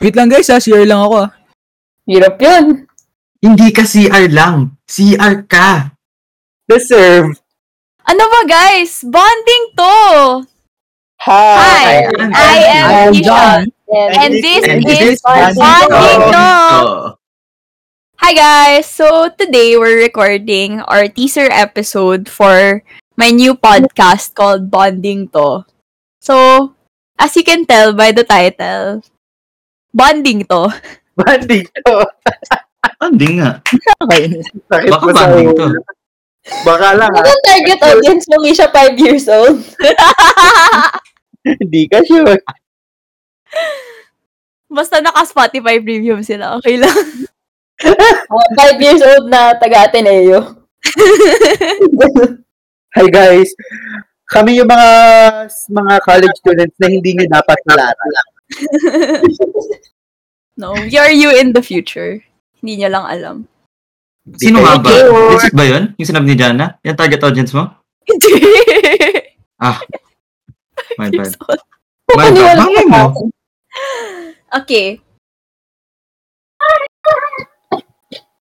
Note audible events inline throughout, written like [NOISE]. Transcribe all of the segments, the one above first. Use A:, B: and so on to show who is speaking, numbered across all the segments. A: Wait lang guys ha, CR lang ako ah. ha.
B: Hirap yun.
C: Hindi ka CR lang. CR ka. Deserve.
D: Ano ba guys? Bonding to! Hi!
C: Ayan.
D: I am
A: I'm
D: Keisha.
A: John.
D: And this
C: And
D: is Bonding
C: Bonding
D: to!
C: to.
D: Hi guys! So today we're recording our teaser episode for my new podcast called Bonding to. So, as you can tell by the title, Bonding to.
B: Banding to.
C: Bonding nga.
A: Okay.
B: Sakit
C: Baka
B: mo sa
C: banding to.
B: ulo. Baka lang ha.
E: Ang target audience mo, Misha, 5 years old.
B: Hindi ka sure.
D: [LAUGHS]
B: [LAUGHS]
D: Basta naka-Spotify premium sila, okay lang.
E: 5 years old na
D: [LAUGHS]
E: taga-Ateneo.
B: Hi guys. Kami yung mga mga college students na hindi nyo dapat nalala.
D: [LAUGHS] no, we are you in the future. Hindi niya lang alam. [LAUGHS]
C: Sino nga ba?
B: Thank you.
C: Legit ba yun? Yung sinabi ni Jana? Yung target audience mo? Ah.
D: Hindi.
C: My
D: [LAUGHS]
C: bad. My bad.
E: Paniwala
C: Bakit
E: ka
C: mo?
E: ba?
D: okay. [LAUGHS]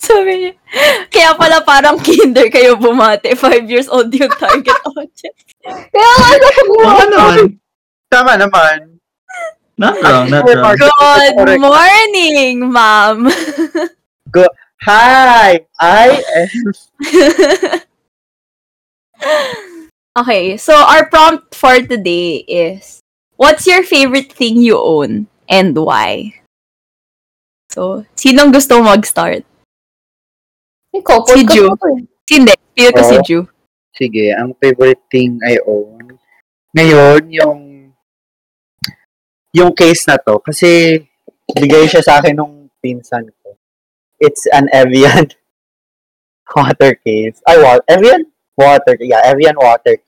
D: Sabi niya. Kaya pala parang kinder kayo bumate. Five years old yung target audience.
E: Kaya nga, sabi mo,
C: Baka naman.
B: Tama naman.
C: Not wrong, not wrong.
D: Good morning, ma'am. [LAUGHS]
B: Hi! I am...
D: [LAUGHS] Okay, so our prompt for today is, what's your favorite thing you own and why? So, sinong gusto mag-start?
E: Ikaw,
D: Si
E: podcast
D: Ju.
E: mo to eh.
D: Hindi, feel ko si
B: Oo.
D: Ju.
B: Sige, ang favorite thing I own. Ngayon, yung yung case na to. Kasi bigay siya sa akin nung pinsan ko. It's an Evian [LAUGHS] water case. Ay, wa- Evian water. Yeah, Evian water case.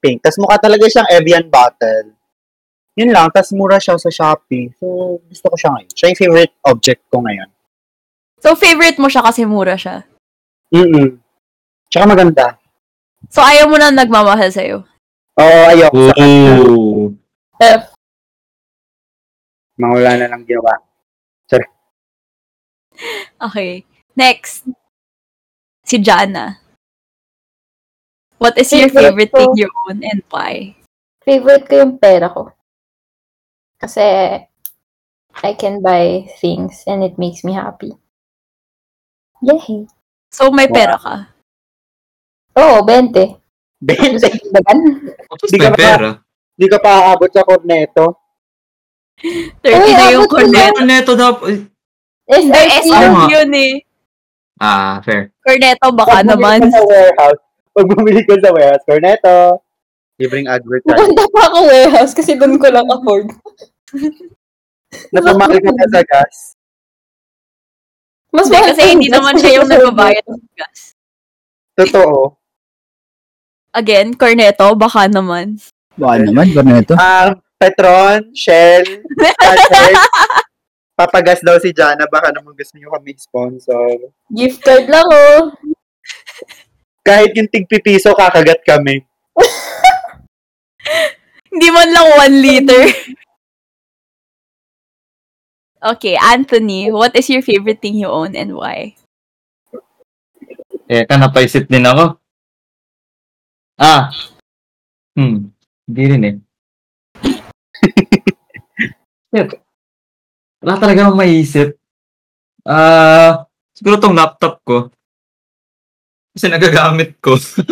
B: Pink. Tapos mukha talaga siyang Evian bottle. Yun lang. Tapos mura siya sa Shopee. So, gusto ko siya ngayon. Siya yung favorite object ko ngayon.
D: So, favorite mo siya kasi mura siya.
B: Mm-mm. Tsaka maganda.
D: So, ayaw mo na nagmamahal sa'yo.
B: Oo, ayoko.
C: Ooh.
B: Mga wala na lang [LAUGHS] ginawa.
D: Okay. Next. Si Jana. What is your favorite
E: Favorite
D: thing
E: ko.
D: you own and why?
E: Favorite ko yung pera ko. Kasi, I can buy things and it makes me happy. Yay!
D: So, may pera ka.
E: Oo, oh, 20. Gusto
B: Bente,
E: ko bagan?
C: Tapos
B: Di ka
C: may
B: ba-
C: pera.
B: di ka pa aabot sa corneto.
D: 30
E: Uy,
D: na yung
E: abot mo
D: cornet.
E: na.
C: Neto, neto dapat.
E: SRT.
D: Ay, SRT
C: Tama.
D: yun eh.
C: Ah, fair.
D: Corneto, baka
B: Pag [LAUGHS]
D: naman.
B: bumili ka sa warehouse, pag bumili ka sa warehouse, corneto. Libreng
D: [LAUGHS]
B: advertise.
E: Pupunta pa ako warehouse kasi doon ko lang afford.
B: Napamahal ka na sa gas.
E: Mas
D: Hindi,
E: mahal
D: kasi
E: pa
D: hindi
E: gas
D: naman siya yung
E: kaysa sa
D: nagbabayad
E: warehouse.
D: ng gas.
B: Totoo.
D: Again, corneto, baka naman.
A: Baka naman, gano'n na ito.
B: Ah, Petron, Shell,
D: [LAUGHS]
B: Patek. Papagas daw si Jana. Baka naman gusto niyo kami sponsor.
E: Gift card lang oh.
B: Kahit yung tigpipiso, kakagat kami.
D: Hindi man lang one liter. [LAUGHS] okay, Anthony, what is your favorite thing you own and why?
C: Eka, Eh, napaisip din ako. Ah. Hmm. Hindi rin eh. [LAUGHS] Shit. Wala talaga akong maisip. Ah, siguro tong laptop ko. Kasi nagagamit
A: [LAUGHS]
C: ko.
B: So,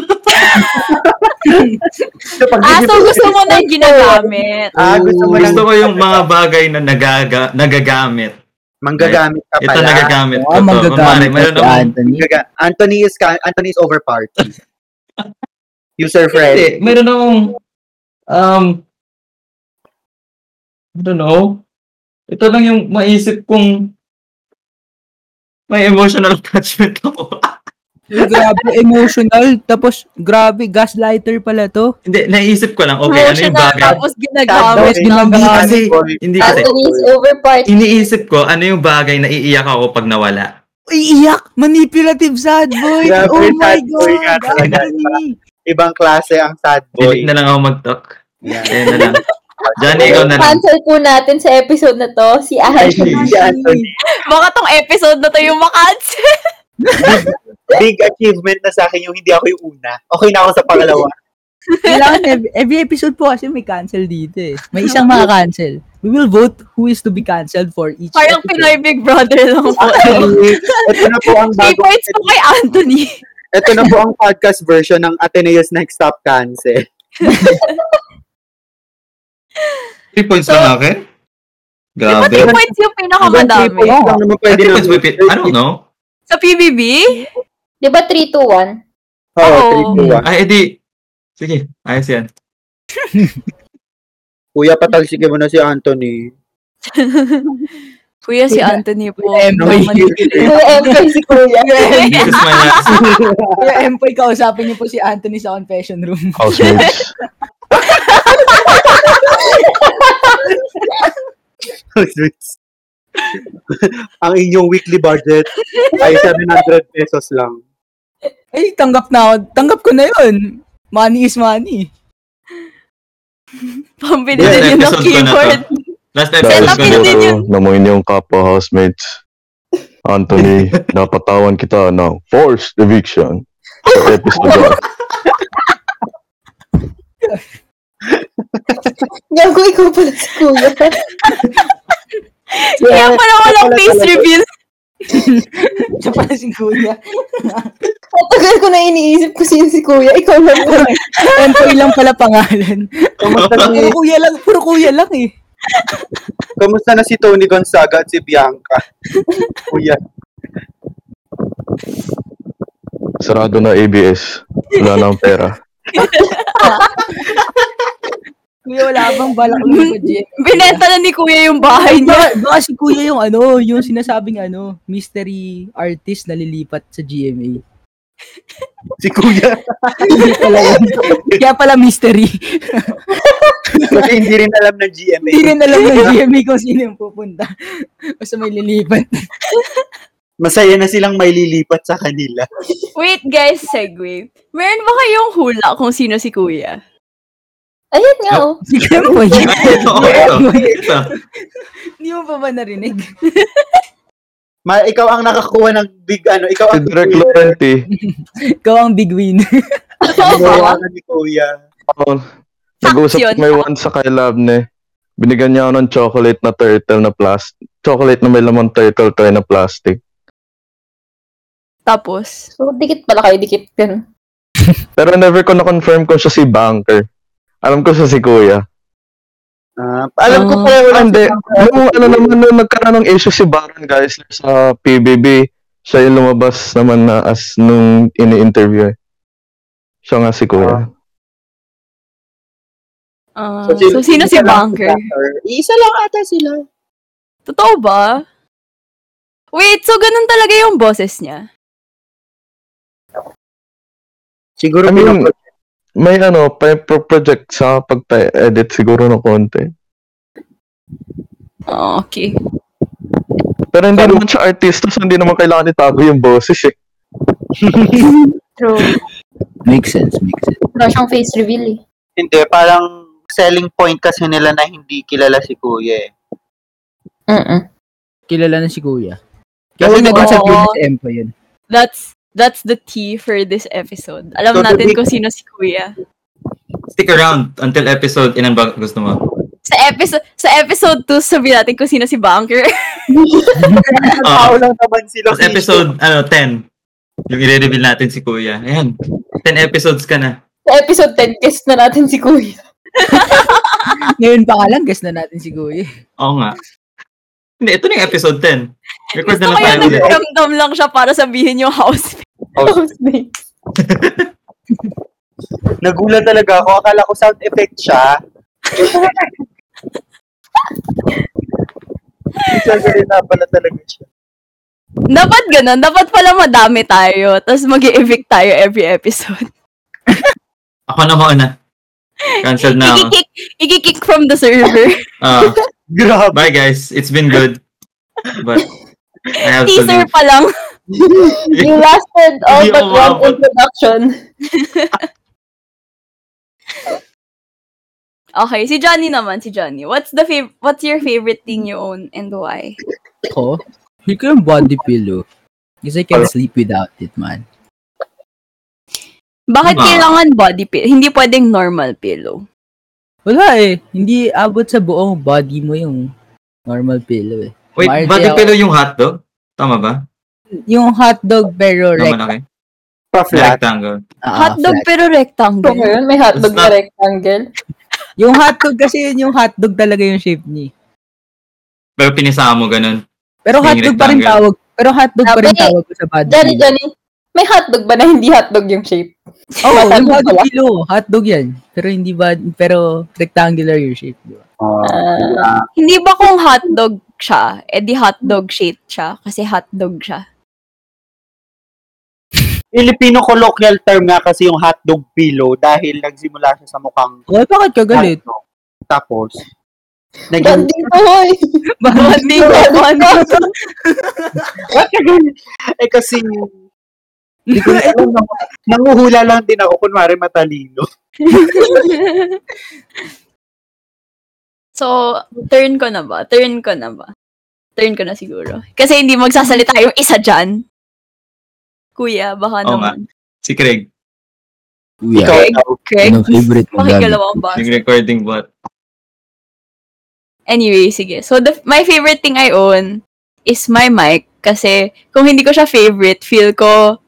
B: pag
D: Ah, so gusto mo nang ginagamit.
B: Ah, gusto mo lang.
C: Gusto ko yung mga bagay na nagaga, nagagamit.
B: Manggagamit ka pala.
C: Ito nagagamit ko
A: Ah,
C: to.
A: magagamit ka
C: Kunwari, meron
A: si
C: akong-
A: Anthony.
B: Gaga- Anthony is ka- Anthony is over
C: [LAUGHS]
B: party. User friend.
C: Hindi, meron akong, um, I don't know. Ito lang yung maisip kong may emotional [LAUGHS] attachment ako.
E: [LAUGHS]
A: grabe, emotional. Tapos, grabe, gaslighter pala to.
C: hindi, naisip ko lang, okay, ano yung
D: Emotional,
C: bagay?
D: Tapos ginagamit.
A: Tapos ginagamit.
C: Kasi, hindi kasi.
E: Anthony is over party.
C: Iniisip ko, ano yung bagay na iiyak ako pag nawala?
A: Uy, iyak! Manipulative sad boy!
B: Grabe,
A: oh my
B: sad boy ka
A: God!
B: talaga, diba?
A: Anthony!
B: Ibang klase ang sad boy.
C: Delete na lang ako mag-talk.
B: Yeah.
C: Ayun na lang. Johnny, ikaw na lang.
E: Cancel po natin sa episode na to si
B: Ay,
E: Ash.
B: si Anthony.
D: Baka tong episode na to yung makansin.
B: Big achievement na sa akin yung hindi ako yung una. Okay na ako sa pangalawa. [LAUGHS]
A: Kailangan every, every episode po kasi may cancel dito eh. May isang makakancel. We will vote who is to be canceled for each
D: Parang
E: [LAUGHS]
A: episode.
D: Pinoy Big Brother lang po.
B: Actually, ito na po ang
D: 3
B: bago.
D: points po kay Anthony.
B: Ito na po ang podcast version ng Ateneo's Next Top eh. Cancel.
C: Three points
D: So-
C: lang akin?
D: Diba
C: Grabe.
D: 3 points yung pinakamadami?
B: Hindi lang naman
C: Ah,
B: pwede
C: three
B: na.
C: points, may pin- I don't know.
D: Sa PBB?
E: Di ba 3, 2, 1?
B: Oo, three,
D: Oo.
B: two, one.
C: Ay, edi. Sige, ayos
D: [LAUGHS]
C: yan.
B: Kuya, patalsikin mo na si Anthony.
D: [LAUGHS] Kuya, si Anthony po.
B: No, hindi.
E: Kuya [LAUGHS] si Kuya.
C: Because my last
A: Kaya Empoy, kausapin niyo po si Anthony sa confession room. [LAUGHS]
F: House moves.
D: [LAUGHS]
B: [LAUGHS] ang inyong weekly budget ay 700 pesos lang.
A: Ay, tanggap na ako. Tanggap ko na yun. Money is money.
D: Pambili
B: Yeah,
D: din yun ng
C: episode ko na to.
D: keyboard.
C: Last
F: Tapos
D: Send
C: episode
D: up
C: ko na.
D: yun.
F: siguro, namuhin yung kapwa housemates.
D: [LAUGHS]
F: Anthony, napatawan kita ng forced eviction. Sa
D: [LAUGHS]
F: episode
E: Gago, ikaw pala si Kuya.
D: Kaya pala walang
B: Wala
D: face
B: talaga.
D: reveal.
A: Siya pala si Kuya.
E: [LAUGHS] Matagal ko na iniisip ko sino si Kuya. Ikaw lang po.
A: Empoy lang pala pangalan.
B: Kamusta si,
A: Puro kuya lang, puro kuya lang eh.
B: kamusta na si Tony Gonzaga at si
D: [LAUGHS]
B: Bianca? Kuya,
F: Sarado na ABS. Wala na ang pera.
A: Kuya, wala bang balak [LAUGHS] ng budget?
D: Binenta na ni Kuya yung bahay niya.
A: Baka, baka si Kuya yung ano, yung sinasabing ano, mystery artist na lilipat sa GMA.
B: si Kuya.
A: Hindi pala yun. Kaya pala mystery.
B: Kasi hindi rin alam ng GMA.
A: Hindi rin alam ng GMA kung sino yung pupunta. Basta may lilipat.
B: Masaya na silang may lilipat sa kanila.
D: Wait guys, segue. Meron ba kayong hula kung sino si Kuya?
E: Ayun nga, oh.
A: Si Kempoy. [LAUGHS]
C: Ito, ito, ito.
A: Hindi mo pa ba narinig?
B: Ma, ikaw ang nakakuha ng big ano, ikaw
F: Si
B: ang
F: Direk Laurenti.
A: Ikaw ang big win.
B: Ginawa ni Kuya.
F: Oh, Nag-usap
D: yun.
F: may one sa kay Labne. Binigyan niya ako ng chocolate na turtle na plastic. Chocolate na may lamang turtle tray na plastic.
D: Tapos,
E: So, dikit pala kayo, dikit yun.
F: Pero never ko na-confirm kung siya si Banker. Alam ko siya si Kuya.
B: Ah, alam ko
A: Ah.
B: pala
F: Ah,
B: wala
F: Hindi. Nung ano naman, nung nagkaroon ng issue si Baron guys sa PBB, siya yung lumabas naman na as nung ini-interview. eh. Siya nga si Kuya.
D: ah, so, sino si Bunker?
B: Isa lang ata sila.
D: Totoo ba? Wait, so ganun talaga yung boses niya?
B: Siguro
F: I mean,
B: pinapro-
F: May ano, pa- pro- project sa pagpa-edit siguro ng konti.
D: Oh, okay.
F: Pero hindi
B: Pero-
F: naman siya artista, so hindi naman kailangan itago yung boses eh.
E: True.
A: Makes sense, makes sense.
E: Wala siyang face reveal eh.
B: Hindi, parang selling point kasi nila na hindi kilala si Kuya eh.
E: Mm-mm.
A: Kilala na si Kuya.
B: Kasi
A: Kasi
B: nag-
A: nag-usap
D: oo.
A: yun si Empoy yun.
D: That's that's the tea for this episode. Alam
B: So, the
D: natin
B: big-
D: kung sino si Kuya.
C: Stick around until episode ilan ba gusto mo?
D: Sa episode sa episode 2 sabihin natin kung sino si Bunker.
B: tao
C: Ah,
B: lang naman sila.
C: Tapos episode, ano, 10. Yung i-reveal natin si Kuya. Ayan. 10 episodes ka na.
E: Sa episode 10, guest na natin si Kuya.
A: Ngayon pa ka lang, guess na natin si Kuya.
C: Oo nga. Hindi, ito na yung episode 10. Record
D: Gusto
C: na
D: ko
C: lang tayo
D: yung
C: ulit.
D: nagdamdam lang siya para sabihin yung house. [LAUGHS]
E: [LAUGHS] Housemate.
B: Nagulat talaga ako. Akala ko sound effect siya. Isa ganun na pala talaga siya.
D: Dapat ganun. Dapat pala madami tayo. Tapos mag evict tayo every episode.
C: Ako na mauna. Cancel na
D: [LAUGHS]
C: ako.
D: Ikikick, ikikick from the server.
C: Ah,
B: Grabe.
C: bye guys. It's been good. But, I have to
D: Teaser
C: leave.
D: pa lang.
E: You lasted all
C: Hindi
E: oh, but
C: ako
E: one
C: maabot.
E: introduction.
D: Okay, si Johnny naman, si Johnny. What's the fav- what's your favorite thing you own and why?
A: Ko? Feel ko yung body pillow. Kasi I can sleep without it, man.
D: Bakit
C: Ah.
D: kailangan body pillow? Hindi pwedeng normal pillow.
A: Wala eh. Hindi abot sa buong body mo yung normal pillow eh.
C: Wait,
A: Marte
C: body
A: ako.
C: pillow yung hotdog? Tama ba?
A: Yung hotdog pero
C: Tama
A: rec-
C: malaki?
B: Pa flat.
C: Rectangle.
A: ah,
D: Hotdog
A: flat.
D: pero
E: So,
D: rectangle.
E: ngayon, may hotdog
C: Basta-
E: na rectangle.
A: Yung hotdog kasi yun yung hotdog talaga yung shape niya.
C: Pero pinisama mo ganun.
A: Pero
C: Yung
A: hotdog pa rin
C: rectangle.
A: tawag. Pero hotdog pa rin
E: Sabi,
A: tawag ko sa body
E: Johnny,
A: pillow.
E: Johnny, may hotdog ba na hindi hotdog yung shape?
A: Oo, oh, yung
E: Hotdog
A: body
E: pala.
A: pillow. Hotdog yan. Pero hindi ba, pero rectangular yung shape. Di ba?
B: Oh,
E: Ah.
B: diba?
D: Hindi ba kung hotdog siya, eh di hotdog shape siya kasi hotdog siya.
B: Filipino colloquial term nga kasi yung hotdog pillow dahil nagsimula siya sa mukhang
A: Okay, bakit ka galit?
B: hotdog. Tapos, naging,
E: Banding to, hoy!
A: Bonding
E: ko,
D: ano?
E: bonding
A: ko.
B: Bakit ka ganun? [LAUGHS] eh kasi, hindi
A: [LAUGHS]
B: ko na alam, nang- nanguhula lang din ako, kunwari matalino.
D: So, turn ko na ba? Turn ko na ba? Turn ko na siguro. Kasi hindi magsasalita yung isa dyan. Kuya, baka
C: Oo nga.
D: naman.
C: Si Craig.
B: Ikaw,
D: Craig.
B: ikaw.
D: Correct?
A: Anong favorite mo, Gabi?
D: Pakigalawang ba?
C: Nag-recording bot.
D: Anyway, sige. So, the, my favorite thing I own is my mic. Kasi, kung hindi ko siya favorite, feel ko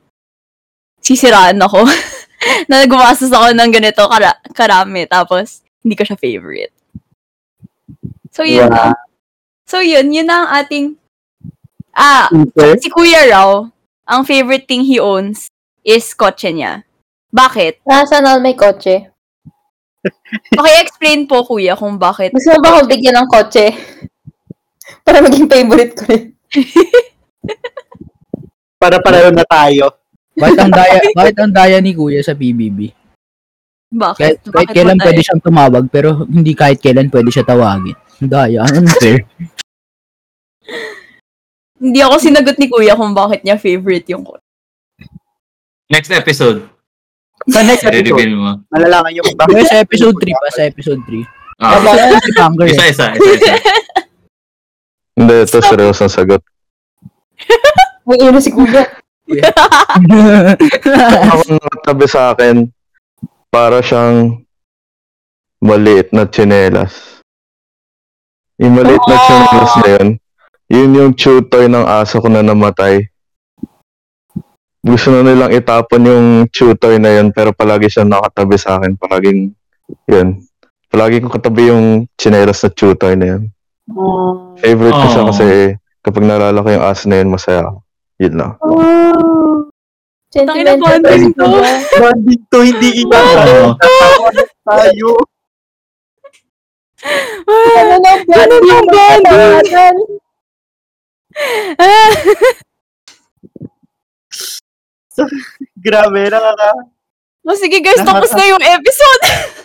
D: sisiraan ako. [LAUGHS] na gumastos ako ng ganito kara- karami. Tapos, hindi ko siya favorite. So, yun.
A: Diba?
B: Yeah.
D: So, yun. Yun na ang ating... Ah,
B: Okay.
D: si Kuya Raw, ang favorite thing he owns is kotse niya. Bakit?
E: Nasaan all may kotse?
D: Paki-explain po, Kuya, kung bakit.
E: Gusto mo ba akong bigyan ng kotse? [LAUGHS] Para maging favorite ko rin.
B: Para pareho na tayo.
A: [LAUGHS] Bakit ang [LAUGHS] daya, bakit ang daya ni Kuya sa PBB? Kahit,
D: Bakit?
A: kahit
D: Bakit
A: kailan
D: mo tayo-
A: pwede siyang tumawag, pero hindi kahit kailan pwede siya tawagin. Ang Daya, ang unfair.
D: Hindi ako sinagot ni Kuya kung bakit niya favorite yung kotse.
C: Next episode.
B: Sa next episode,
C: I-reveal mo.
B: malalaman yung
A: Pero sa episode 3 pa, sa episode 3.
C: Ah, lah,
A: si Banger eh.
C: isa-isa. Isa-isa.
F: Hindi, ito seryoso ang sagot.
E: May ino si Kuya.
F: Ako nakatabi sa akin, para siyang maliit na tsinelas. Yung maliit na tsinelas na yun, yun yung chew toy ng aso ko na namatay. Gusto na nilang itapon yung chew toy na yun, pero palagi siya nakatabi sa akin. Palaging, yun. Palagi ko katabi yung tsinelas na chew toy na yun. Favorite ko siya
C: Aw.
F: kasi kapag nalala ko yung aso na yun, masaya ako. Yun lang.
D: Tangina
E: Sentimental
D: bonding
E: person
D: to.
E: ko.
B: Banding to, hindi iba.
C: Oo.
B: Tayo.
E: Ano na,
D: Ganun yung bonding.
E: Tawanan.
D: Ah,
B: Grabe, nakaka...
D: oh, sige guys, tapos na yung episode.